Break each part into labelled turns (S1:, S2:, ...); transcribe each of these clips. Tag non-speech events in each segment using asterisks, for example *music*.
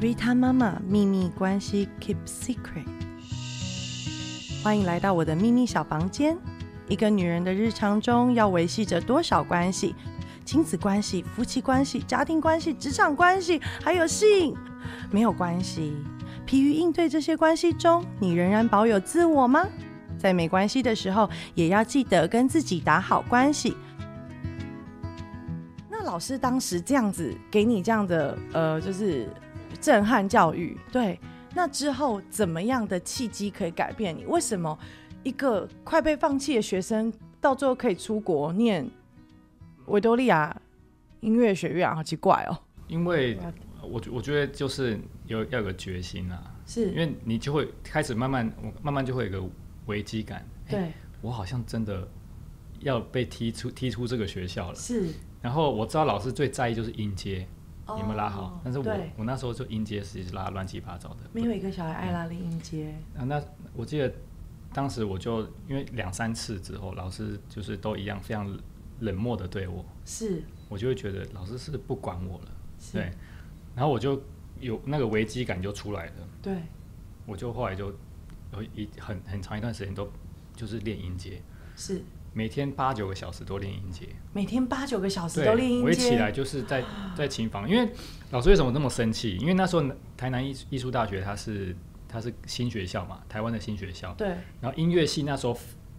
S1: Rita 妈妈秘密关系 Keep Secret。欢迎来到我的秘密小房间。一个女人的日常中要维系着多少关系？亲子关系、夫妻关系、家庭关系、职场关系，还有性。没有关系，疲于应对这些关系中，你仍然保有自我吗？在没关系的时候，也要记得跟自己打好关系。那老师当时这样子给你这样的呃，就是震撼教育，对。那之后怎么样的契机可以改变你？为什么一个快被放弃的学生到最后可以出国念维多利亚音乐学院啊？好奇怪哦！
S2: 因为我觉我觉得就是有要有个决心啊，
S1: 是
S2: 因为你就会开始慢慢我慢慢就会有个危机感，诶
S1: 对，
S2: 我好像真的要被踢出踢出这个学校了。
S1: 是
S2: 然后我知道老师最在意就是音阶有没有拉
S1: 哦
S2: 好，但是我
S1: 对
S2: 我那时候就音阶其实拉乱七八糟的。
S1: 没有一个小孩爱拉力音阶，
S2: 啊，那我记得当时我就因为两三次之后，老师就是都一样非常冷漠的对我，
S1: 是
S2: 我就会觉得老师是不是不管我了，
S1: 是
S2: 对，然后我就有那个危机感就出来了，
S1: 对，
S2: 我就后来就有一很很长一段时间都就是练音阶，
S1: 是
S2: 每天八九个小时都练音阶，
S1: 每天八九个小时
S2: 对
S1: 都练音阶，
S2: 我一起来就是在在琴房，因为老师为什么那么生气？因为那时候台南艺术艺术大学它是它是新学校嘛，台湾的新学校，
S1: 对
S2: 然后音乐系那时候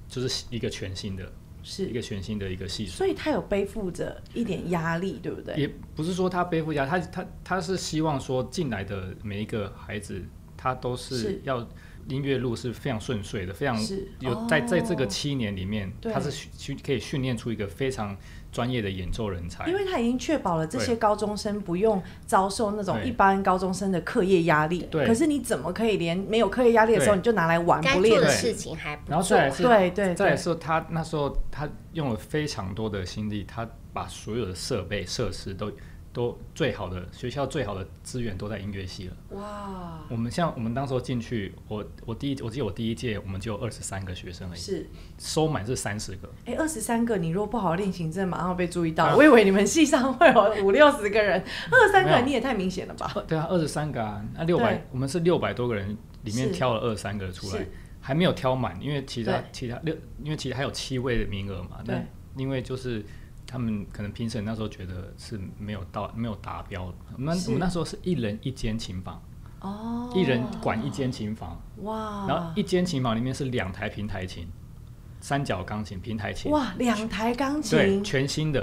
S2: 就是一个全新的，一
S1: 是，
S2: 个全新的一个系数，
S1: 所以他有背负着一点压力，对不对？
S2: 也不是说他背负一下，他他他是希望说进来的每一个孩子，他都
S1: 是
S2: 是要音乐路是非常顺遂的，非常
S1: 是
S2: 有在在这
S1: 哦
S2: 个七年里面，
S1: 对
S2: 他是训训可以训练出一个非常专业的演奏人才
S1: 因。为他已经确保了这
S2: 对
S1: 些高中生不用遭受那种
S2: 对
S1: 一般高中生的课业压力。
S2: 对
S1: 可是你怎么可以连没有课业压力的时候
S2: 对
S1: 你就拿来玩
S3: 该
S1: 不
S3: 做
S1: 练
S3: 的
S2: 对？
S3: 事情还不
S2: 然后
S3: 做
S2: 再，来是，
S1: 对对
S2: 再来
S1: 对，
S2: 是他那时候他用了非常多的心力，他把所有的设备设施都都最好的学校最好的资源都在音乐系了。
S1: 哇，
S2: 我们像我们当时候进去，我我第一我记得我第一届我们就二十三个学生而已，
S1: 是
S2: 收满是三十个，
S1: 哎，二十三个，你如果不好好练琴，真的马上被注意到。
S2: 啊
S1: 我以为你们系上会有五六十个人，二十三个
S2: 没
S1: 人
S2: 有
S1: 你也太明显了吧？
S2: 呃对啊，二十三个啊，那六
S1: 对
S2: 百我们是六百多个人里面
S1: 是
S2: 挑了二十三个出来
S1: 是，
S2: 还没有挑满，因为其他
S1: 对
S2: 其他六，因为其他还有七位的名额嘛，
S1: 对
S2: 但因为就是。他们可能评审那时候觉得是没有到没有达标的，我们
S1: 是
S2: 我们那时候是一人一间琴房，
S1: 哦，啊
S2: 一人管一间琴房，然后
S1: 哇
S2: 一间琴房里面是两台平台琴、三角钢琴、平台琴，
S1: 哇，两台钢
S2: 对，
S1: 琴
S2: 全新的，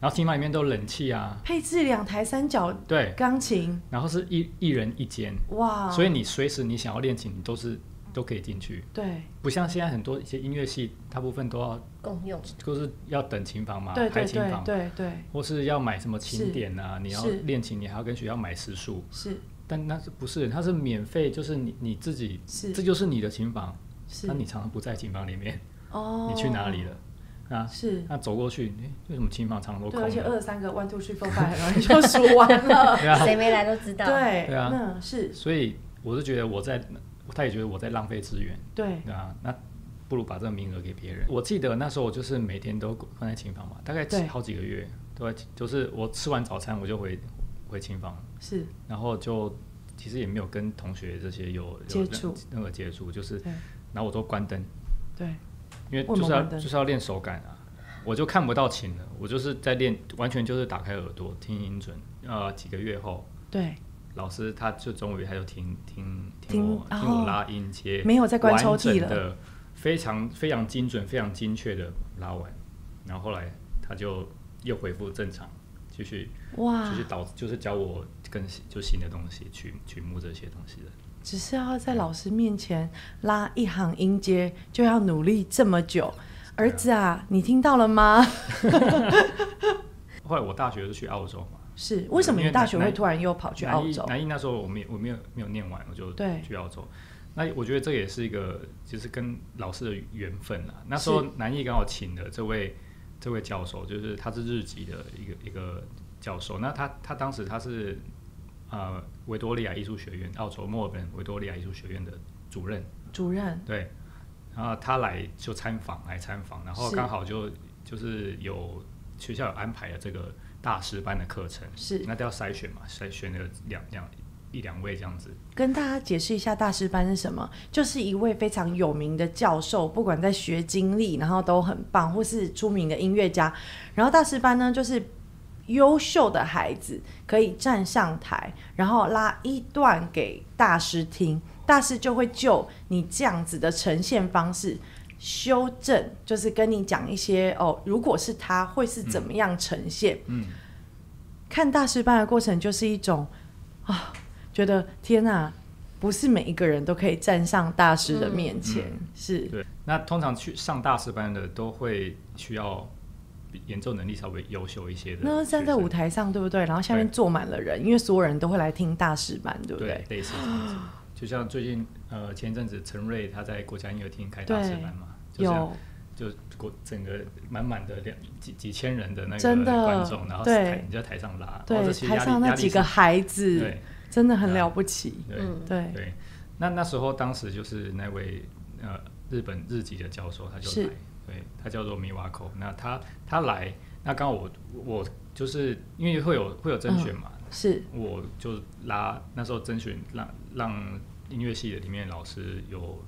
S2: 然后琴房里面都有冷气啊，
S1: 配置两台三角
S2: 对，
S1: 钢琴，
S2: 然后是一一人一间，
S1: 哇，
S2: 所以你随时你想要练琴，你都是都可以进去，
S1: 对
S2: 不像现在很多一些音乐系，大部分都要
S3: 共用
S2: 都是要等琴房嘛，
S1: 对
S2: 排
S1: 对
S2: 琴
S1: 对
S2: 房，
S1: 对对，
S2: 或是要买什么琴点啊，你要
S1: 是
S2: 练琴，你还要跟学校买时数，
S1: 是
S2: 但那是不是它是免费，就是你你自己，
S1: 是
S2: 这就是你的琴房，
S1: 是
S2: 那你常常不在琴房里面，
S1: 哦，
S2: 你去哪里了？啊，
S1: 是
S2: 那走过去，诶为什么琴房常常都
S1: 对，
S2: 空
S1: 而且
S2: 的？
S1: 二三个 one two three four
S2: *laughs*
S1: five 很容易就数完
S3: *laughs*
S1: 了。
S2: 对啊，
S3: 谁没来都知道。，
S1: 对，
S2: 对啊
S1: 那是
S2: 所以我是觉得我在，他也觉得我在浪费资源，
S1: 对，
S2: 对啊，那不如把这个名额给别人。我记得那时候我就是每天都关在琴房嘛，大概
S1: 对
S2: 好几个月，对，就是我吃完早餐我就回回琴房，
S1: 是
S2: 然后就其实也没有跟同学这些有有
S1: 接
S2: 任
S1: 触
S2: 任何接触，就是
S1: 对
S2: 然后我都关灯，
S1: 对，
S2: 因为
S1: 为什么
S2: 就是要
S1: 关灯
S2: 就是要练手感啊。我就看不到琴了，我就是在练，完全就是打开耳朵听音准。呃，几个月后，
S1: 对，
S2: 老师他就终于他就听听
S1: 听
S2: 听我
S1: 哦
S2: 听我拉音阶，
S1: 没有在关抽
S2: 完整
S1: 屉了
S2: 的，非常非常精准、非常精确的拉完，然后后来他就又恢复正常，继续
S1: 哇
S2: 就，是导就是教我更新就新的东西，曲曲目这些东西的。
S1: 只是要在老师面前拉一行音阶，就要努力这么久。儿子啊，你听到了吗？ *laughs*
S2: 后来我大学就去澳洲嘛，
S1: 是为什么
S2: 因
S1: 你
S2: 为
S1: 大
S2: 南
S1: 学会突然又跑去
S2: 南
S1: 澳
S2: 艺
S1: 洲？
S2: 南艺那时候我没有我没有没有念完，我就
S1: 对
S2: 去澳洲。那我觉得这也是一个就是跟老师的缘分啊。那时候
S1: 是
S2: 南艺刚好请的这位这位教授，就是他是日籍的一个一个教授。那他他当时他是呃维多利亚艺术学院，澳洲墨尔本维多利亚艺术学院的主任，
S1: 主任
S2: 对。然后他来就参访，来参访，然后
S1: 是
S2: 刚好就就是有学校有安排了这个大师班的课程，
S1: 是
S2: 那都要筛选嘛，筛选了两两一两位这样子。
S1: 跟大家解释一下大师班是什么，就是一位非常有名的教授，不管在学经历，然后都很棒，或是出名的音乐家。然后大师班呢，就是优秀的孩子可以站上台，然后拉一段给大师听，大师就会就你这样子的呈现方式。修正就是跟你讲一些哦，如果是他会是怎么样呈现？
S2: 嗯，
S1: 看大师班的过程就是一种啊，觉得天哪、不是每一个人都可以站上大师的面前，
S2: 嗯
S1: 是
S2: 对。那通常去上大师班的都会需要比演奏能力稍微优秀一些的学生。
S1: 那站在舞台上，对不对？然后下面
S2: 嗯对
S1: 坐满了人，因为所有人都会来听大师班，对不
S2: 对
S1: 对？，
S2: 类似这
S1: *gasps*
S2: 样子。就像最近呃前一阵子陈瑞他在国家音乐厅开大师班嘛，就这样
S1: 有
S2: 就国整个满满的两几几千人的那
S1: 真
S2: 个
S1: 的
S2: 观众，然后
S1: 对
S2: 台你在台上拉，哦，
S1: 对
S2: 这其实
S1: 台
S2: 压
S1: 上
S2: 力
S1: 那
S2: 压力
S1: 几
S2: 是
S1: 个孩子
S2: 对
S1: 真的很了不起，
S2: 对
S3: 嗯
S1: 对
S2: 对，那那时候当时就是那位呃日本日籍的教授，他就是来，对他叫做米瓦口。那他他来，那刚好我我就是因为会有会有甄选嘛，
S1: 是
S2: 我就拉那时候甄选让让音乐系的里面老师有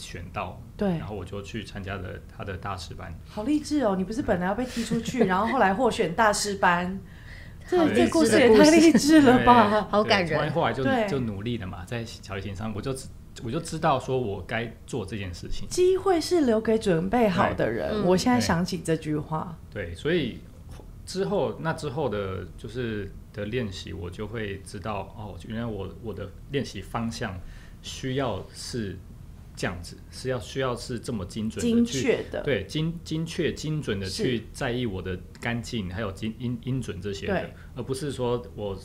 S2: 选到，
S1: 对
S2: 然，后我就去参加了他的大师班。
S1: 好励志哦！你不是本来要被踢出
S2: *laughs*
S1: 去，然后后来获选大师班，这
S2: 对
S1: 这故事也
S3: 这个故
S1: 太
S3: 事
S1: 励志了
S2: 对
S1: 吧？
S3: 好感
S2: 对后来
S3: 人
S2: 后来就
S1: 对
S2: 就努力了嘛，在小提琴上，我就知我就知道说我该做这件事情。
S1: 机会是留给准备好的
S3: 对
S1: 人。
S3: 嗯
S1: 我现在
S2: 对
S1: 想起这句话，
S2: 对，所以之后那之后的就是的练习，我就会知道哦，原来我我的练习方向需要是这样子，是要需要是这么精准
S1: 精
S2: 的去。
S1: 确的，
S2: 对，精精确、精准的
S1: 是
S2: 去在意我的干净，还有精音音准这些的
S1: 对，
S2: 而不是说我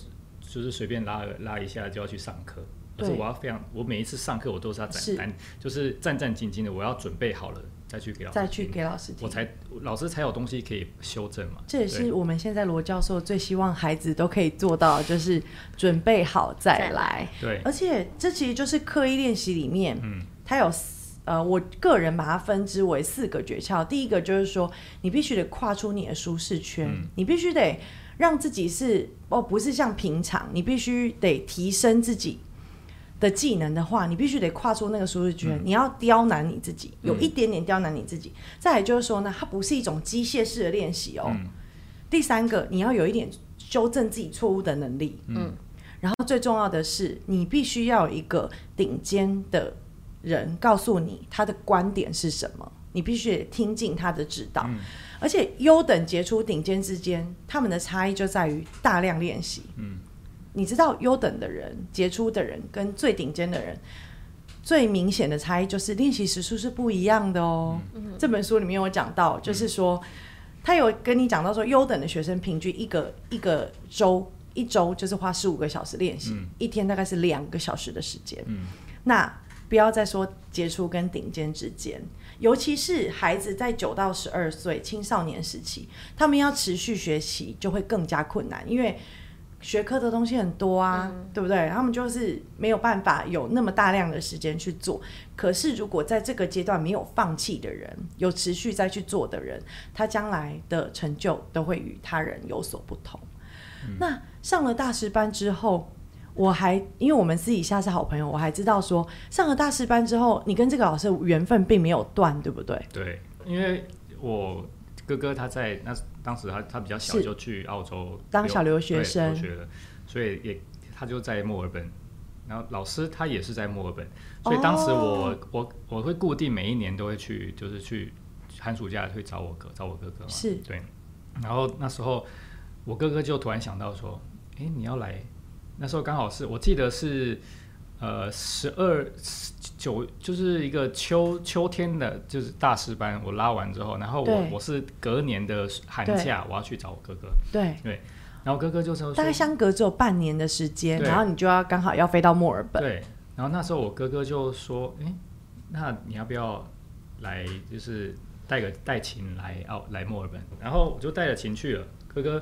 S2: 就是随便拉拉一下就要去上课，而是
S1: 对
S2: 我要非常，我每一次上课我都是要
S1: 是
S2: 战战，就是战战兢兢的，我要准备好了再去给老师
S1: 再去
S2: 听
S1: 给老师听
S2: 我。才老师才有东西可以修正嘛。
S1: 这也是
S2: 对
S1: 我们现在罗教授最希望孩子都可以做到，就是准备好再
S3: 再
S1: 来
S3: 来。
S2: 对
S1: 而且这其实就是刻意练习里面，
S2: 嗯
S1: 它有四呃，我个人把它分支为四个诀窍。第一个就是说，你必须得跨出你的舒适圈，
S2: 嗯
S1: 你必须得让自己是哦，不是像平常，你必须得提升自己。的技能的话，你必须得跨出那个舒适
S2: 嗯
S1: 圈，你要刁难你自己，有一点点刁难你自己。再来就是说呢，它不是一种机械式的练习哦。
S2: 嗯
S1: 第三个，你要有一点修正自己错误的能力。
S3: 嗯，
S1: 然后最重要的是，你必须要有一个顶尖的人告诉你他的观点是什么，你必须得听进他的指导。
S2: 嗯
S1: 而且优等、杰出、顶尖之间，他们的差异就在于大量练习。
S2: 嗯，
S1: 你知道优等的人、杰出的人跟最顶尖的人。最明显的差异就是练习时数是不一样的哦。
S2: 嗯
S1: 这本书里面有讲到，就是说，他有跟你讲到说，优等的学生平均一个一个周一周就是花十五个小时练习，
S2: 嗯
S1: 一天大概是两个小时的时间。
S2: 嗯
S1: 那不要再说杰出跟顶尖之间，尤其是孩子在九到十二岁青少年时期，他们要持续学习就会更加困难，因为学科的东西很多啊，对不对？他们就是没有办法有那么大量的时间去做。可是如果在这个阶段没有放弃的人，有持续再去做的人，他将来的成就都会与他人有所不同。
S2: 嗯
S1: 那上了大师班之后，我还因为我们私底下是好朋友，我还知道说上了大师班之后，你跟这个老师的缘分并没有断，对不对？
S2: 对，因为我哥哥他在那当时他他比较小
S1: 是
S2: 就去澳洲
S1: 当小留学
S2: 对
S1: 生
S2: 留学了，所以也他就在墨尔本。然后老师他也是在墨尔本，所以当时我、
S1: 哦
S2: 我我会固定每一年都会去，就是去寒暑假会找我哥找我哥哥嘛，
S1: 是
S2: 对。然后那时候我哥哥就突然想到说，诶，你要来？那时候刚好是我记得是呃十二九，就是一个秋秋天的，就是大师班，我拉完之后，然后我
S1: 对
S2: 我是隔年的寒
S1: 对
S2: 假，我要去找我哥哥，
S1: 对，
S2: 然后哥哥就说
S1: 大概
S2: 说
S1: 相隔只有半年的时间，
S2: 对
S1: 然后你就要刚好要飞到墨尔本，
S2: 对，然后那时候我哥哥就说，诶，那你要不要来，就是带个带琴来澳来墨尔本？然后我就带着琴去了，哥哥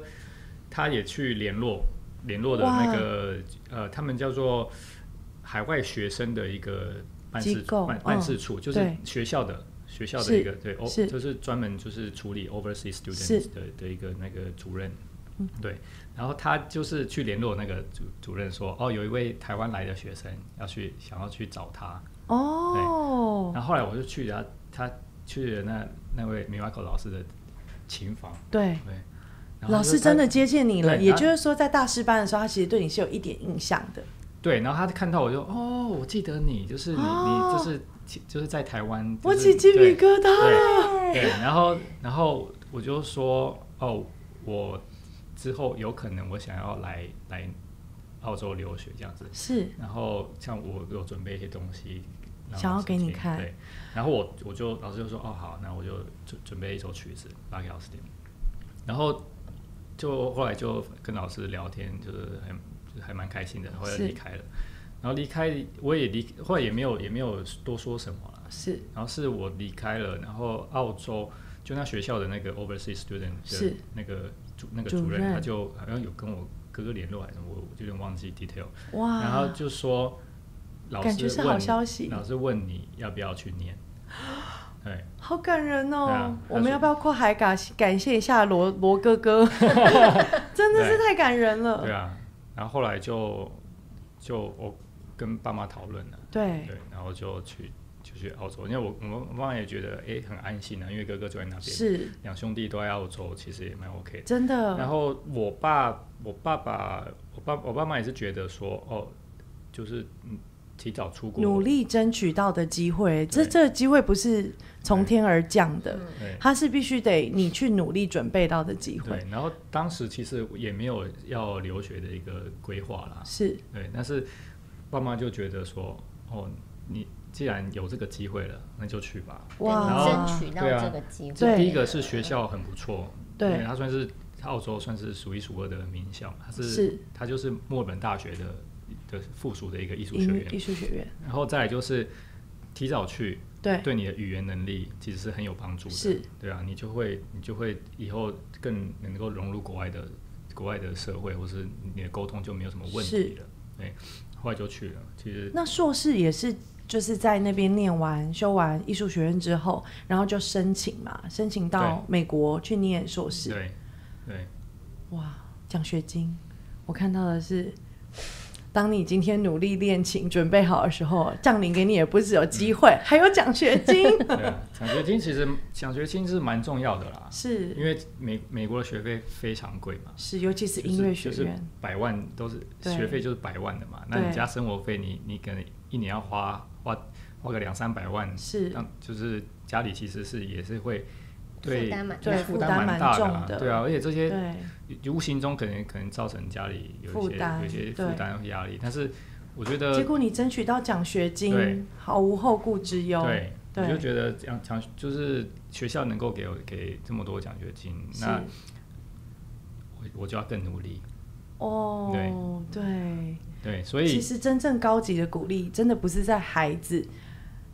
S2: 他也去联络联络的那个呃，他们叫做海外学生的一个办
S1: 机
S2: 事
S1: 构
S2: 办办
S1: 嗯
S2: 事处，就是
S1: 对
S2: 学校的学校的
S1: 是
S2: 一个对，哦
S1: 是
S2: 就是专门就是处理 overseas
S1: 是嗯
S2: students 的的一个那个主任。对，然后他就是去联络那个主主任说，哦，有一位台湾来的学生要去想要去找他，
S1: 哦，
S2: 然后后来我就去了他，他去了那那位 Miracle 老师的琴房，
S1: 对，
S2: 对，然后
S1: 老
S2: 他
S1: 师
S2: 就在
S1: 真的接见你了，
S2: 对
S1: 也
S2: 他
S1: 就是说，在大师班的时候，他其实对你是有一点印象的。
S2: 对，然后他看到我就哦，我记得你，就是你，
S1: 哦
S2: 你就是就是在台湾，
S1: 我
S2: 就是
S1: 起鸡皮
S2: 对
S1: 疙瘩了。
S2: 对，然后然后我就说哦，我之后有可能我想要来来澳洲留学这样子，
S1: 是
S2: 然后像我有准备一些东西，让
S1: 想要
S2: 老师
S1: 给你
S2: 听
S1: 看
S2: 对，然后我我就老师就说哦好，那我就准准备一首曲子发给老师听，然后就后来就跟老师聊天，就是还就是还蛮开心的，后来
S1: 是
S2: 离开了，然后离开我也离，后来也没有也没有多说什么了。
S1: 是
S2: 然后是我离开了，然后澳洲就那学校的那个 overseas student
S1: 是
S2: 的那个主那个
S1: 主
S2: 主任，
S1: 任
S2: 他就好像有跟我哥哥联络还是什么，我我就有点忘记 detail，
S1: 哇，
S2: 然后就说老师
S1: 啊感觉是
S2: 问
S1: 好消息
S2: 老师问你要不要去
S1: *gasps*
S2: 念，对，
S1: 好感人哦！
S2: 对啊
S1: 我们
S2: 他是
S1: 要不要跨海感感谢一下罗罗哥
S2: *laughs*
S1: 哥？ *laughs* 真的是太感人了
S2: 对。啊，然后后来就就我跟爸妈讨论了，
S1: 对
S2: 对，然后就去就去澳洲，因为我我们我妈也觉得诶很安心啊，因为哥哥就在那边，
S1: 是嗯
S2: 两兄弟都在澳洲，其实也蛮 OK 的。
S1: 真
S2: 然
S1: 的。
S2: 后我爸，我爸爸，我爸，我爸妈也是觉得说，哦，就是嗯，提早出国，
S1: 努力争取到的机会，这
S2: 对
S1: 这个机会不是从天而降的，
S2: 对
S1: 它是必须得你去努力准备到的机会。
S2: 对。然后当时其实也没有要留学的一个规划啦，
S1: 是
S2: 对。但是爸妈就觉得说，哦，你既然有这个机会了，那就去吧。然
S1: 哇
S2: 后
S1: 然
S3: 争取到
S2: 对啊
S3: 这个机会。
S2: 这第一个是学校很不错，因为
S1: 对，
S2: 它算是澳洲算是数一数二的名校，它是
S1: 是
S2: 它就是墨尔本大学的的附属的一个艺术学
S1: 音
S2: 院
S1: 艺，术学院，
S2: 然后再来就是提早去。
S1: 对
S2: 对你的语言能力其实是很有帮助的，
S1: 是，
S2: 对啊，你就会你就会以后更能够融入国外的国外的社会，或是你的沟通就没有什么问题了，对，后来就去了，其实
S1: 那硕士也是就是在那边念完、修完艺术学院之后，然后就申请嘛，申请到美国去念硕士。
S2: 对对
S1: 哇，奖学金！我看到的是，当你今天努力练琴准备好的时候，降临给你也不只有机会，还有奖学
S2: *laughs*
S1: 金。
S2: 对啊，奖学金其实奖学金是蛮重要的啦，
S1: 是
S2: 因为美美国的学费非常贵嘛，
S1: 是，尤其是
S2: 就是
S1: 音乐学
S2: 就是
S1: 院，
S2: 百万都是
S1: 对
S2: 学费就是百万的嘛，那
S1: 对
S2: 你加生活费你，你可能一年要花花花个两三百万，
S1: 是
S2: 让就是家里其实是也是会对
S3: 负担蛮
S1: 对
S2: 负
S1: 负
S2: 担
S1: 担
S2: 蛮
S1: 蛮
S2: 大的
S1: 重
S2: 啦，
S1: 的
S2: 对啊，而且这些
S1: 对，
S2: 无形中可能可能造成家里有
S1: 负
S2: 一些
S1: 担
S2: 有一些
S1: 对
S2: 负担和压力，但是我觉
S1: 结
S2: 得
S1: 果你争取到奖学
S2: 呃对
S1: 金，毫无后顾之忧。
S2: 对。
S1: 对
S2: 我就觉得奖奖就是学校能够给我给这么多奖学金，
S1: 是
S2: 那我我就要更努力。
S1: 哦，对。
S2: 对，所以
S1: 其实真正高级的鼓励，真的不是在孩子，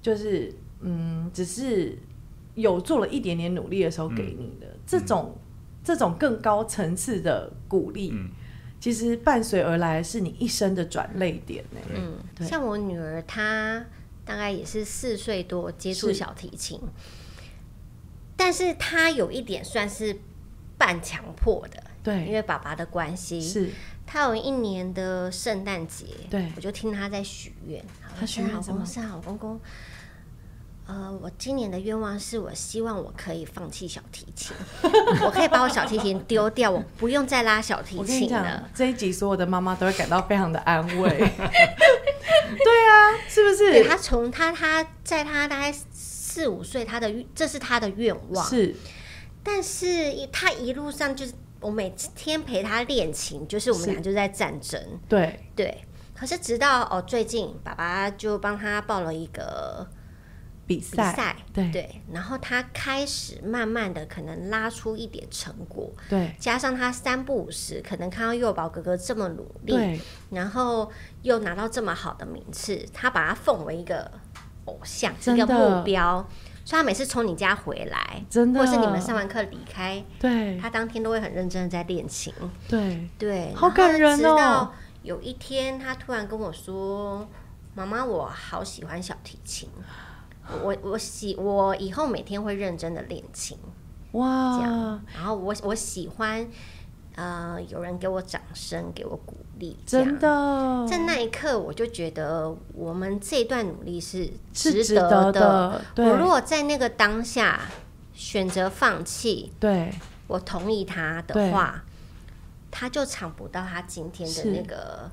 S1: 就是嗯，只是有做了一点点努力的时候给你的、
S2: 嗯
S1: 这种、这种更高层次的鼓励，
S2: 嗯
S1: 其实伴随而来是你一生的转泪点呢。
S2: 对
S3: 嗯，
S1: 对
S3: 像我女儿她大概也是四岁多接触
S1: 是
S3: 小提琴，但是她有一点算是半强迫的，因
S1: 对，
S3: 为爸爸的关系。
S1: 是
S3: 她有一年的圣诞节，
S1: 对
S3: 我就听她在许愿，
S1: 她许愿
S3: 好
S1: 什么
S3: 公是好公公。呃，我今年的愿望是我希望我可以放弃小提琴， *laughs* 我可以把我小提琴丢掉，我不用再拉小提
S1: 我跟你
S3: 琴
S1: 讲
S3: 了。，
S1: 这一集所有的妈妈都会感到非常的安慰。
S2: *laughs*
S1: 对啊，是不
S3: 对
S1: 是？
S3: 他从他他在他大概四五岁，他的这是他的愿望，
S1: 是
S3: 但是一他一路上就是我每天陪他练琴，就是我们
S1: 是
S3: 俩就在战争，
S1: 对，
S3: 对。可是直到哦，最近爸爸就帮他报了一个
S1: 比
S3: 比
S1: 赛，
S3: 赛，
S1: 对
S3: 然后他开始慢慢的可能拉出一点成果，
S1: 对
S3: 加上他三不五时，可能看到幼保哥哥这么努力，
S1: 对，
S3: 然后又拿到这么好的名次，他把他奉为一个偶像，
S1: 真
S3: 一
S1: 的
S3: 个目标。所以他每次从你家回来，
S1: 真的
S3: 或是你们上完课离开，
S1: 对
S3: 他当天都会很认真的在练琴。
S1: 对，
S3: 对，
S1: 好感人哦
S3: 然后直到有一天，他突然跟我说：“妈妈，我好喜欢小提琴，我我喜我以后每天会认真的练琴。”这
S1: 哇
S3: 样，然后我我喜欢呃，有人给我掌声，给我鼓励，这样
S1: 真的哦
S3: 在那一刻，我就觉得我们这一段努力是
S1: 是值
S3: 得
S1: 得的。
S3: 我如
S1: 对
S3: 果在那个当下选择放弃，
S1: 对
S3: 我同意他
S1: 对
S3: 的话，他就尝不到他今天的
S1: 是
S3: 那个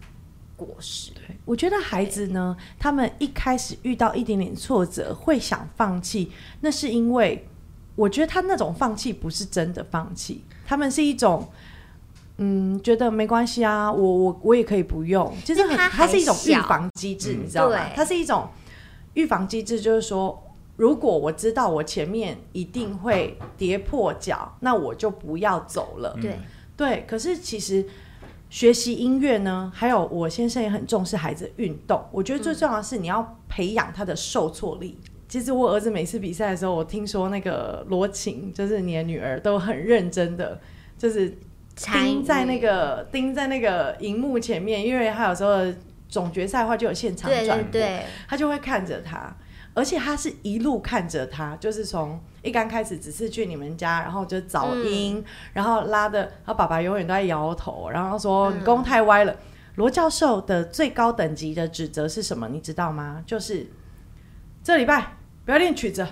S3: 果实。
S1: 对，我觉得孩子呢，他们一开始遇到一点点挫折会想放弃，那是因为我觉得他那种放弃不是真的放弃，他们是一种。嗯，觉得没关系啊，我我我也可以不用，其实
S3: 因为
S1: 很，
S3: 他
S1: 它是一种
S3: 还
S1: 预
S3: 小嗯
S1: 防机制，你知道吗
S3: 对？
S1: 它是一种预防机制，就是说，如果我知道我前面一定会跌破脚，那我就不要走了。
S3: 对，
S1: 对，可是其实学习音乐呢，还有我先生也很重视孩子的运动。我觉得最重要的是你要培养他的受挫力。其实我儿子每次比赛的时候，我听说那个罗琴，就是你的女儿，都很认真的，就是
S3: 参与
S1: 盯在那个盯在那个荧幕前面，因为他有时候总决赛的话就有现场
S3: 对
S1: 转
S3: 对
S1: 播，
S3: 对，
S1: 他就会看着他，而且他是一路看着他，就是从一刚开始只是去你们家，然后就找音，然后拉的，然后爸爸永远都在摇头，然后说
S3: 嗯
S1: 你弓太歪了。罗教授的最高等级的指责是什么？你知道吗？就是这礼拜不要练曲子，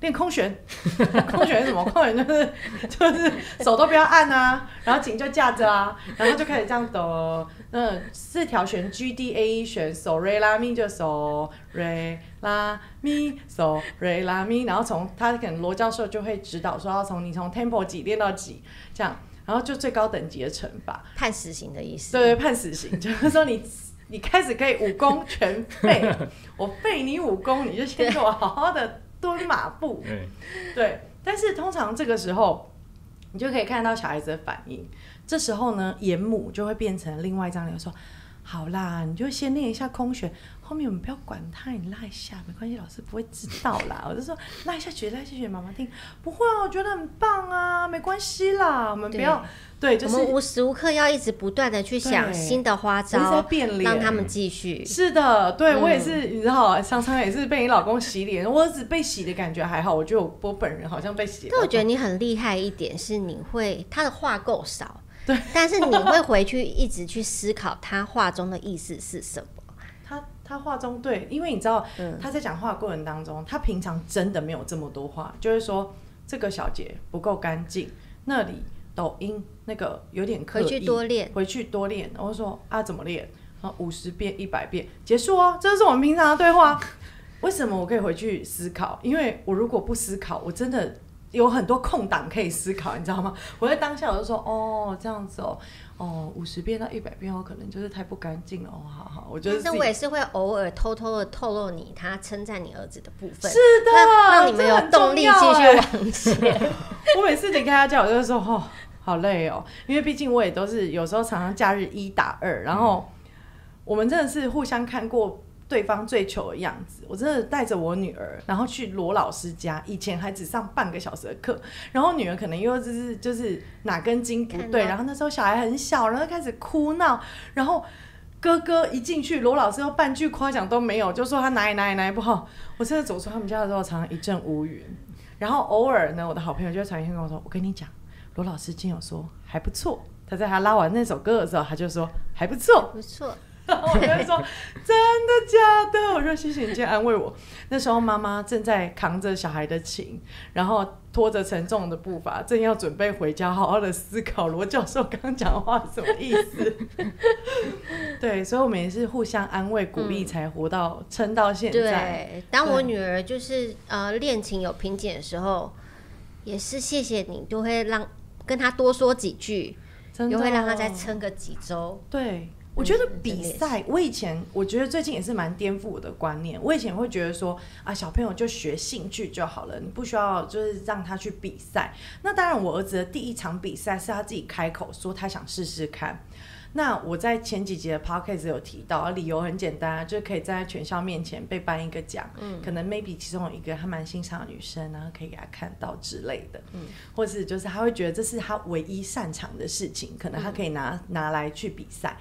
S1: 练空弦。 *laughs* 空弦是什么？空弦就是就是手都不要按啊，然后颈就架着啊，然后就开始这样抖。嗯，四条弦 G D A E 弦手 re 拉咪就手 re 拉咪手 re 拉咪，然后从他可能罗教授就会指导说要从你从 tempo 几练到几这样，然后就最高等级的惩罚。
S3: 判死刑的意思。
S1: 对对，判死刑，就是说你你开始可以武功全废，我废你武功，你就先给我好好的蹲马步。
S2: 对，
S1: 对，但是通常这个时候，你就可以看到小孩子的反应。这时候呢，演母就会变成另外一张脸，说：“好啦，你就先练一下空弦，后面我们不要管他，你拉一下没关系，老师不会知道啦。” *laughs* 我就说：“拉一下曲，拉一下曲，妈妈听。”不会啊，我觉得很棒啊，没关系啦，我们不要对，就
S3: 我
S1: 是
S3: 们无时无刻要一直不断的去想
S1: 对
S3: 新的花
S1: 一直在
S3: 招，
S1: 变脸
S3: 让他们继续。
S1: 是的，对、
S3: 嗯
S1: 我也是，你知道，常常也是被你老公洗脸，我只被洗的感觉还好，我觉得我我本人好像被洗了。
S3: 但我觉得你很厉害一点是，你会他的话够少，
S1: 对，
S3: 但是你会回去一直去思考他话中的意思是什么。
S1: 他他话中对，因为你知道
S3: 嗯
S1: 他在讲话的过程当中，他平常真的没有这么多话，就是说这个小节不够干净，那里抖音那个有点刻意，
S3: 回去多练
S1: 回去多练。然后说啊怎么练？然后五十遍一百遍结束哦，这就是我们平常的对话。 *laughs* 为什么我可以回去思考？因为我如果不思考，我真的有很多空档可以思考，你知道吗？ *laughs* 我在当下我就说，哦，这样子哦，哦，五十遍到一百遍，我可能就是太不干净了。哦，好好，我就是
S3: 但
S1: 自
S3: 是
S1: 己
S3: 我也是会偶尔偷偷的透露你他称赞你儿子的部分，
S1: 是的，
S3: 让让你们
S1: 这
S3: 有
S1: 很重
S3: 动力
S1: 要
S3: 继续
S1: 欸
S3: *laughs* 往前。
S1: *laughs* 我每次离开他家，我就说哦，好累哦，因为毕竟我也都是有时候常常假日一打二，然
S3: 嗯
S1: 后我们真的是互相看过对方最糗的样子。我真的带着我女儿，然后去罗老师家，以前还只上半个小时的课，然后女儿可能又就是就是哪根筋不
S3: 看
S1: 对，
S3: 到
S1: 然后那时候小孩很小，然后开始哭闹，然后。哥哥一进去，罗老师又半句夸奖都没有，就说他哪里哪里哪里不好。我真的走出他们家的时候，常常一阵乌云。然后偶尔呢，我的好朋友就会传讯跟我说：“我跟你讲，罗老师今天有说还不错。”他在他拉完那首歌的时候，他就说还不错。 *laughs*
S3: 不错，
S1: 然后我就说：“真的假的？”我说：“谢谢你今天安慰我。”那时候妈妈正在扛着小孩的琴，然后拖着沉重的步伐，正要准备回家，好好的思考罗教授刚讲的话是什么意思。 *laughs* 对，所以我们也是互相安慰、鼓励，才活到撑到现在。
S3: 对。当我
S1: 对
S3: 女儿就是呃恋情有瓶颈的时候，也是谢谢你，就会让跟她多说几句，
S1: 真的哦
S3: 又会让她再
S1: 撑。
S3: 撑个几周。
S1: 对，我觉得
S3: 嗯
S1: 比
S3: 真的也
S1: 赛，我以前我觉得最近也是蛮颠覆我的观念。我以前会觉得说啊，小朋友就学兴趣就好了，你不需要就是让他去比赛。那当然，我儿子的第一场比赛是他自己开口说他想试试看。那我在前几集的 podcast 有提到，理由很简单啊，就是可以站在全校面前被颁一个奖，可能 maybe 其中有一个他蛮欣赏的女生，然后可以给他看到之类的，或是就是他会觉得这是他唯一擅长的事情，可能他可以拿、拿来去比赛。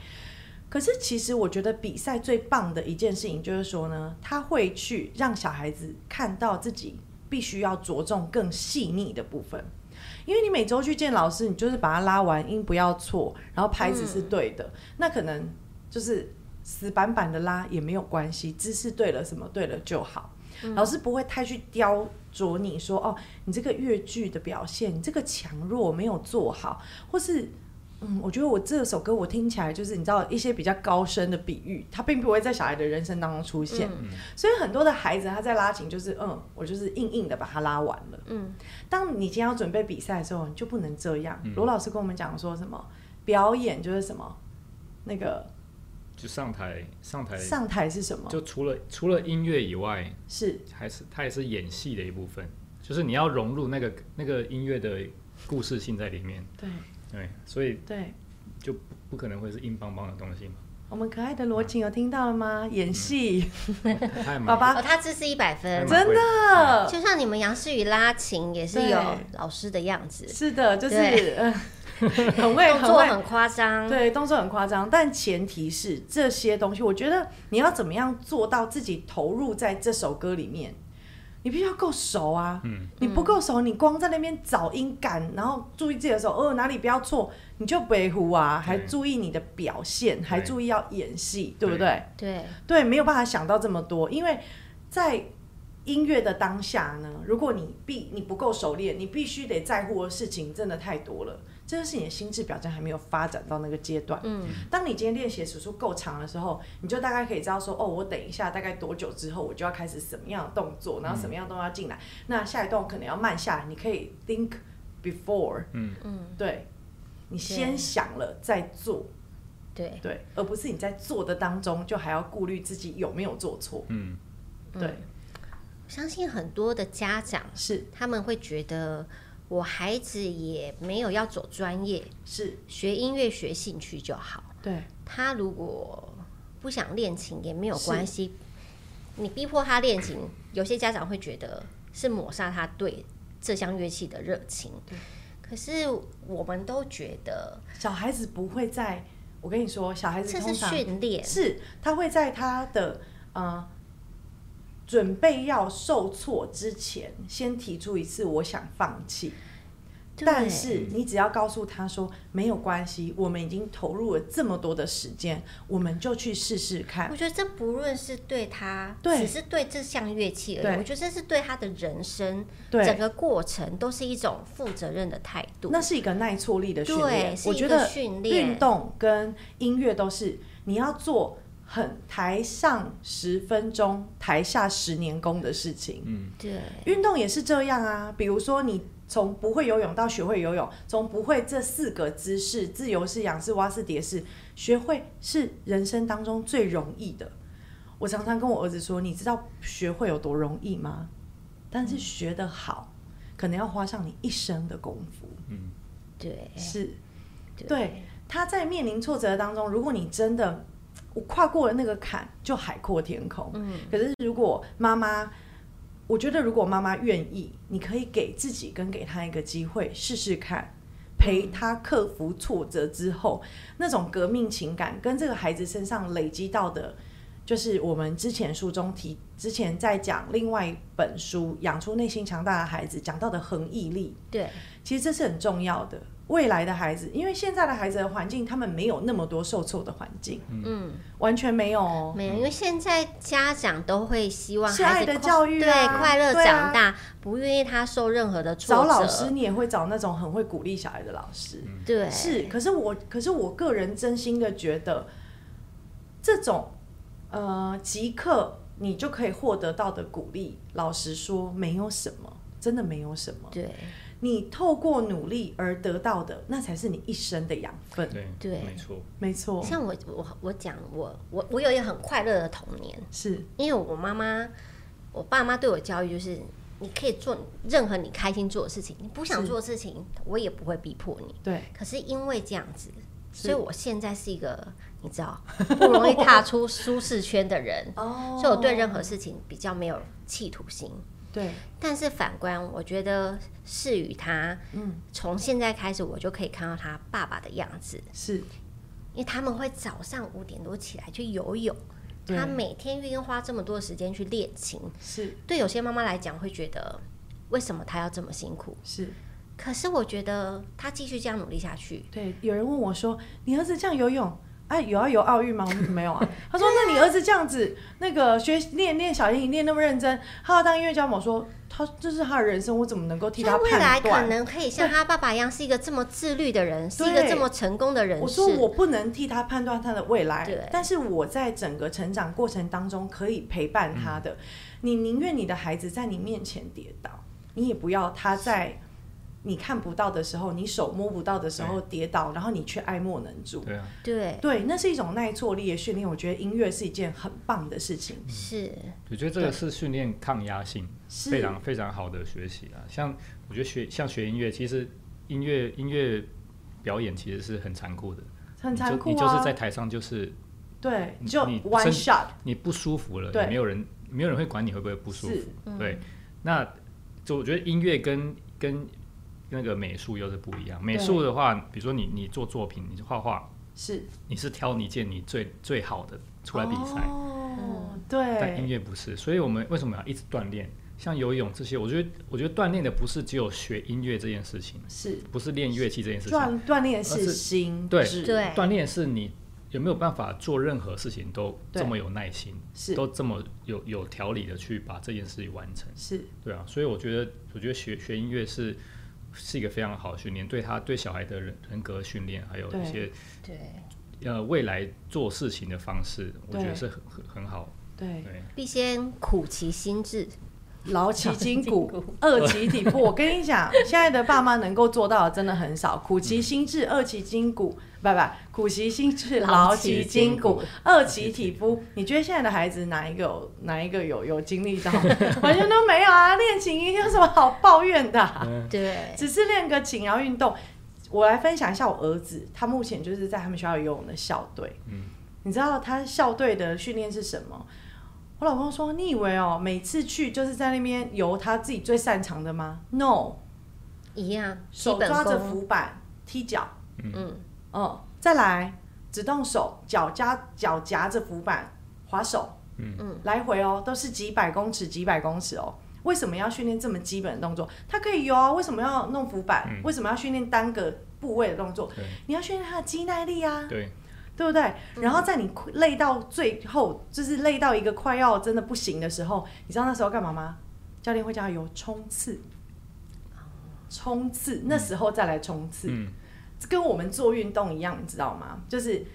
S1: 可是其实我觉得比赛最棒的一件事情就是说呢，他会去让小孩子看到自己必须要着重更细腻的部分。因为你每周去见老师，你就是把它拉完音不要错，然后拍子是对的，那可能就是死板板的拉也没有关系，姿势对了，什么对了就好。老师不会太去雕琢你说哦，你这个越剧的表现，你这个强弱没有做好，或是嗯，我觉得我这首歌我听起来就是你知道一些比较高深的比喻，它并不会在小孩的人生当中出现，所以很多的孩子他在拉琴就是嗯，我就是硬硬的把它拉完了。
S3: 嗯，
S1: 当你今天要准备比赛的时候，你就不能这样。罗老师跟我们讲说什么表演就是什么那个
S2: 就上台上台，
S1: 上台是什么，
S2: 就除了除了音乐以外，
S1: 是
S2: 还是它也是演戏的一部分，就是你要融入那个那个音乐的故事性在里面，
S1: 对
S2: 对，所以
S1: 对。
S2: 就不不可能会是硬邦邦的东
S1: *laughs*
S2: 西嘛。
S1: 我们可爱的罗琴有听到了吗？演戏，
S2: 他还蛮
S1: 爸爸
S3: 哦，他这是一百分
S2: 嗯，
S1: 真的，
S3: 就像你们杨诗雨拉琴也是有
S1: 对
S3: 老师的样子，
S1: 是的，就是
S3: 对
S1: 嗯， *laughs* 很会
S3: 动
S1: 很
S3: 作
S1: 会，
S3: 很夸张，
S1: 对，动作很夸张。但前提是这些东西，我觉得你要怎么样做到自己投入在这首歌里面，你必须要够熟啊。
S2: 嗯，
S1: 你不够熟，你光在那边找音感，然后注意自己的时候，哦哪里不要错，你就北湖啊，还
S2: 对
S1: 注意你的表现，还
S2: 对
S1: 注意要演戏，对不
S2: 对
S1: 对？
S3: 对，
S1: 对，没有办法想到这么多，因为在音乐的当下呢，如果你必你不够熟练，你必须得在乎的事情真的太多了，这就是你的心智表征还没有发展到那个阶段。
S3: 嗯，
S1: 当你今天练习的时数够长的时候，你就大概可以知道说，哦，我等一下大概多久之后，我就要开始什么样的动作，然后什么样的动作要进来，那下一动可能要慢下来，你可以 think before，
S2: 嗯
S1: 嗯，对，你先
S3: 对
S1: 想了再做，
S3: 对，
S1: 对，而不是你在做的当中就还要顾虑自己有没有做错。
S2: 嗯，
S1: 对，
S3: 我相信很多的家长
S1: 是
S3: 他们会觉得我孩子也没有要走专业，
S1: 是，
S3: 学音乐学兴趣就好。
S1: 对
S3: 他如果不想练琴也没有关系，你逼迫他练琴，有些家长会觉得是抹杀他对这项乐器的热情。可是我们都觉得
S1: 小孩子不会在，我跟你说，小孩子
S3: 这
S1: 通
S3: 是
S1: 常
S3: 训练，
S1: 是他会在他的呃准备要受挫之前，先提出一次我想放弃。
S3: 对
S1: 但是你只要告诉他说没有关系，我们已经投入了这么多的时间，我们就去试试看
S3: 我。觉得这不论是对他，
S1: 对
S3: 只是对这项乐器而
S1: 对
S3: 言，我觉得这是对他的人生整
S1: 对，
S3: 个过程都是一种负责任的态度。
S1: 那是一个耐挫力的训练
S3: 对，。是
S1: 我
S3: 一
S1: 觉
S3: 个
S1: 得
S3: 训
S1: 运
S3: 练，
S1: 动跟音乐都是你要做很台上十分钟，台下十年功的事情。
S3: 对
S1: 运动也是这样啊，比如说你从不会游泳到学会游泳，从不会这四个姿势，自由式、仰式、蛙式、蝶式，学会是人生当中最容易的。我常常跟我儿子说，你知道学会有多容易吗？但
S3: 嗯
S1: 是学得好，可能要花上你一生的功夫。
S3: 对
S1: 是，
S3: 对
S1: 对，他在面临挫折当中，如果你真的我跨过了那个坎，就海阔天空。嗯，可是如果妈妈，我觉得如果妈妈愿意，你可以给自己跟给他一个机会试试看。陪他克服挫折之后，那种革命情感跟这个孩子身上累积到的，就是我们之前书中提，之前在讲另外一本书《养出内心强大的孩子》讲到的恒毅力，
S3: 对
S1: 其实这是很重要的。未来的孩子，因为现在的孩子的环境，他们没有那么多受挫的环境，
S3: 嗯。
S1: 完全没有哦。
S3: 没有，因为现在家长都会希望
S1: 是
S3: 孩
S1: 爱
S3: 子
S1: 的
S3: 快
S1: 教育啊
S3: 对快乐
S1: 对啊
S3: 长大，不愿意他受任何的挫
S1: 找
S3: 折。
S1: 老师，你也会找那种很会鼓励小孩的老师。
S3: 对
S1: 是，可是我，可是我个人真心的觉得，这种呃即刻你就可以获得到的鼓励，老实说，没有什么，真的没有什么。
S3: 对
S1: 你透过努力而得到的，那才是你一生的养分。
S2: 对
S3: 对
S2: 没错，
S1: 没错，
S3: 像我我我讲我我我有一个很快乐的童年，
S1: 是
S3: 因为我妈妈我爸妈对我教育就是。你可以做任何你开心做的事情，你不想
S1: 是
S3: 做的事情，我也不会逼迫你。
S1: 对，
S3: 可是因为这样子，
S1: 是
S3: 所以我现在是一个你知道不容易踏出舒适圈
S1: *laughs*
S3: 的人，
S1: 哦
S3: 所以我对任何事情比较没有企图心。
S1: 对，
S3: 但是反观，我觉得世宇他
S1: 嗯，
S3: 从现在开始，我就可以看到他爸爸的样子，
S1: 是。
S3: 因为他们会早上五点多起来去游泳，
S1: 对
S3: 他每天愿意花这么多时间去练琴。
S1: 是
S3: 对有些妈妈来讲，会觉得为什么他要这么辛苦？
S1: 是，
S3: 可是我觉得他继续这样努力下去，
S1: 对，有人问我说：“你儿子这样游泳，哎、有要游奥运吗？”我说：“没有啊。”他说：“那你儿子这样子，那个学练练小提琴练那么认真，他要当音乐家吗？”我说：“他这是他的人生，我怎么能够替
S3: 所以
S1: 他
S3: 未来
S1: 判
S3: 可
S1: 断？”
S3: 能可以像他爸爸一样，是一个这么自律的人，是一个
S1: 对
S3: 这么成功的人士。
S1: 我说我不能替他判断他的未
S3: 对
S1: 来，但是我在整个成长过程当中可以陪伴他的。你宁愿你的孩子在你面前跌倒，你也不要他在你看不到的时候、你手摸不到的时候跌倒，然后你却爱莫能助。
S2: 对啊，
S3: 对，
S1: 对，那是一种耐挫力的训练。我觉得音乐是一件很棒的事情，
S3: 是
S2: 我觉得这个是训练抗压性
S1: 是
S2: 非常非常好的学习啊。像我觉得学像学音乐，其实音乐音乐表演其实是很残酷的，
S1: 很残酷啊。
S2: 你就你就是在台上就是
S1: 对，
S2: 你
S1: 你就
S2: 你
S1: one
S2: 身
S1: shot，
S2: 你不舒服了，
S1: 对
S2: 也没有人没有人会管你会不会不舒
S1: 是嗯
S2: 服。对，那就我觉得音乐跟跟那个美术又是不一样。美术的话，比如说你你做作品，你画画，
S1: 是
S2: 你是挑你一件你最最好的出来比赛，
S1: 哦，
S2: 但
S1: 对，
S2: 音乐不是。所以我们为什么要一直锻炼？像游泳这些，我觉得我觉得锻炼的不是只有学音乐这件事情，
S1: 是
S2: 不是练乐器这件事情，
S1: 锻锻炼
S2: 而
S1: 是
S2: 是
S1: 心
S2: 对
S1: 智，
S3: 对
S2: 锻炼是你有没有办法做任何事情都
S1: 对
S2: 这么有耐心，
S1: 是
S2: 都这么有有条理的去把这件事情完成，
S1: 是
S2: 对啊，所以我觉得我觉得学学音乐是是一个非常好的训练，对他对小孩的人人格训练，还有
S1: 对
S2: 一些
S3: 对，
S2: 呃未来做事情的方式，我觉
S1: 对
S2: 得是很很很好，
S1: 对，
S2: 对，
S3: 必先苦其心志，
S1: 劳其筋骨，饿其体魄。我跟你讲，现在的爸妈能够做到的真的很少，苦
S2: 嗯
S1: 其心志，饿其筋骨，不不，苦其心志，
S3: 劳
S1: 劳
S3: 其
S1: 其
S3: 筋
S1: 筋
S2: 骨
S1: 骨，饿其体肤。你觉得现在的孩子哪一个有哪一个有有经历到？ *laughs* 完全都没有啊！练琴有什么好抱怨的
S3: 嗯
S1: 啊、
S3: 对，
S1: 只是练个琴，然后运动。我来分享一下我儿子，他目前就是在他们学校游泳的校队。
S2: 嗯
S1: 你知道他校队的训练是什么？我老公说：“你以为哦，每次去就是在那边游他自己最擅长的吗？No，
S3: 一样基
S1: 手
S3: 本
S1: 抓着
S3: 功，
S1: 浮板，踢脚，
S3: 嗯，
S1: 嗯，再来只动手，脚夹脚夹着浮板划手，嗯，来回哦，都是几百公尺几百公尺哦。为什么要训练这么基本的动作？他可以游啊，为什么要弄浮板？为什么要训练单个部位的动作
S2: 对？
S1: 你要训练他的肌耐力啊，
S2: 对，
S1: 对不对？然
S3: 嗯
S1: 后在你累到最后，就是累到一个快要真的不行的时候，你知道那时候干嘛吗？教练会叫他游冲刺，冲刺，那时候再来冲刺。
S2: 嗯，
S1: 这跟我们做运动一样，你知道吗？就是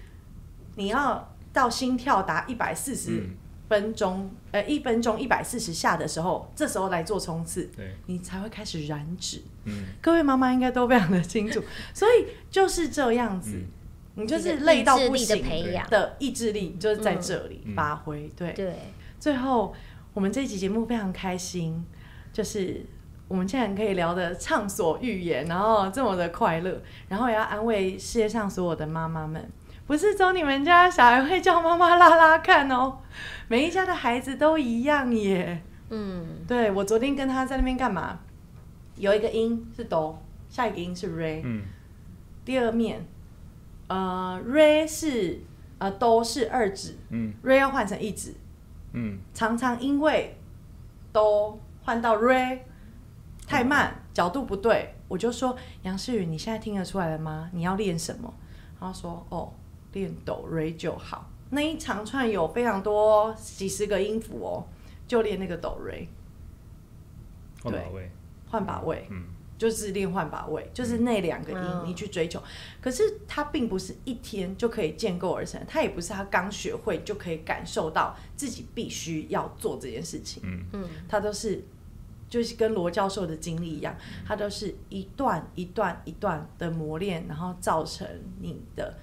S1: 你要到心跳达一百四十
S2: 嗯
S1: 分钟，呃，一分钟一百四十下的时候，这时候来做冲刺，
S2: 对，
S1: 你才会开始燃脂。
S2: 嗯，
S1: 各位妈妈应该都非常的清
S2: *laughs*
S1: 楚，所以就是这样子，
S2: 嗯
S1: 你就是
S3: 一个
S1: 累到
S3: 意志
S1: 不
S3: 力的
S1: 行
S3: 培养，
S1: 的意志力，就是在这里
S2: 嗯
S1: 发挥。对，
S3: 对，
S1: 最后我们这一集节目非常开心，就是我们竟然可以聊得畅所欲言，然后这么的快乐，然后也要安慰世界上所有的妈妈们。不是走你们家小孩会叫妈妈拉拉看哦，每一家的孩子都一样耶。
S3: 嗯，
S1: 对我昨天跟他在那边干嘛？有一个音是哆，下一个音是 re，
S2: 嗯，
S1: 第二面，呃，re 是呃哆是二指
S2: 嗯，
S1: ，re 要换成一指，
S2: 嗯，
S1: 常常因为都换到 re 太慢，角度不对，我就说杨世宇，你现在听得出来了吗？你要练什么？然后说哦，练哆 re 就好。那一长串有非常多几十个音符哦，就练那个哆 re
S2: 换
S1: 对
S2: 把位，
S1: 换把位，
S2: 嗯，
S1: 就是练换把位，就是那两个音
S3: 嗯
S1: 你去追求。可是它并不是一天就可以建构而成，它也不是他刚学会就可以感受到自己必须要做这件事情。
S2: 嗯
S3: 嗯，
S1: 它都是就是跟罗教授的经历一样，它都是一段一段一段的磨练，然后造成你的。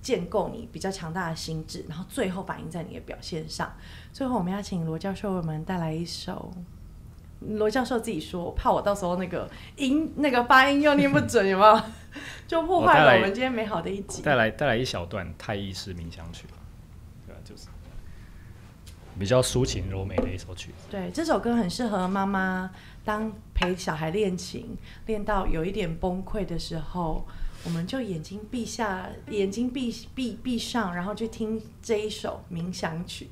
S1: 建构你比较强大的心智，然后最后反映在你的表现上。最后，我们要请罗教授为我们带来一首罗教授自己说，怕我到时候那个音那个发音又念不准，有没有？ *laughs* 就破坏了我们今天美好的一集。
S2: 带来带来一小段太意式冥想曲吧，对啊，就是比较抒情柔美的一首曲子，
S1: 对，这首歌很适合妈妈当陪小孩练琴，练到有一点崩溃的时候，我们就眼睛闭下，眼睛闭闭闭上，然后去听这一首冥想曲。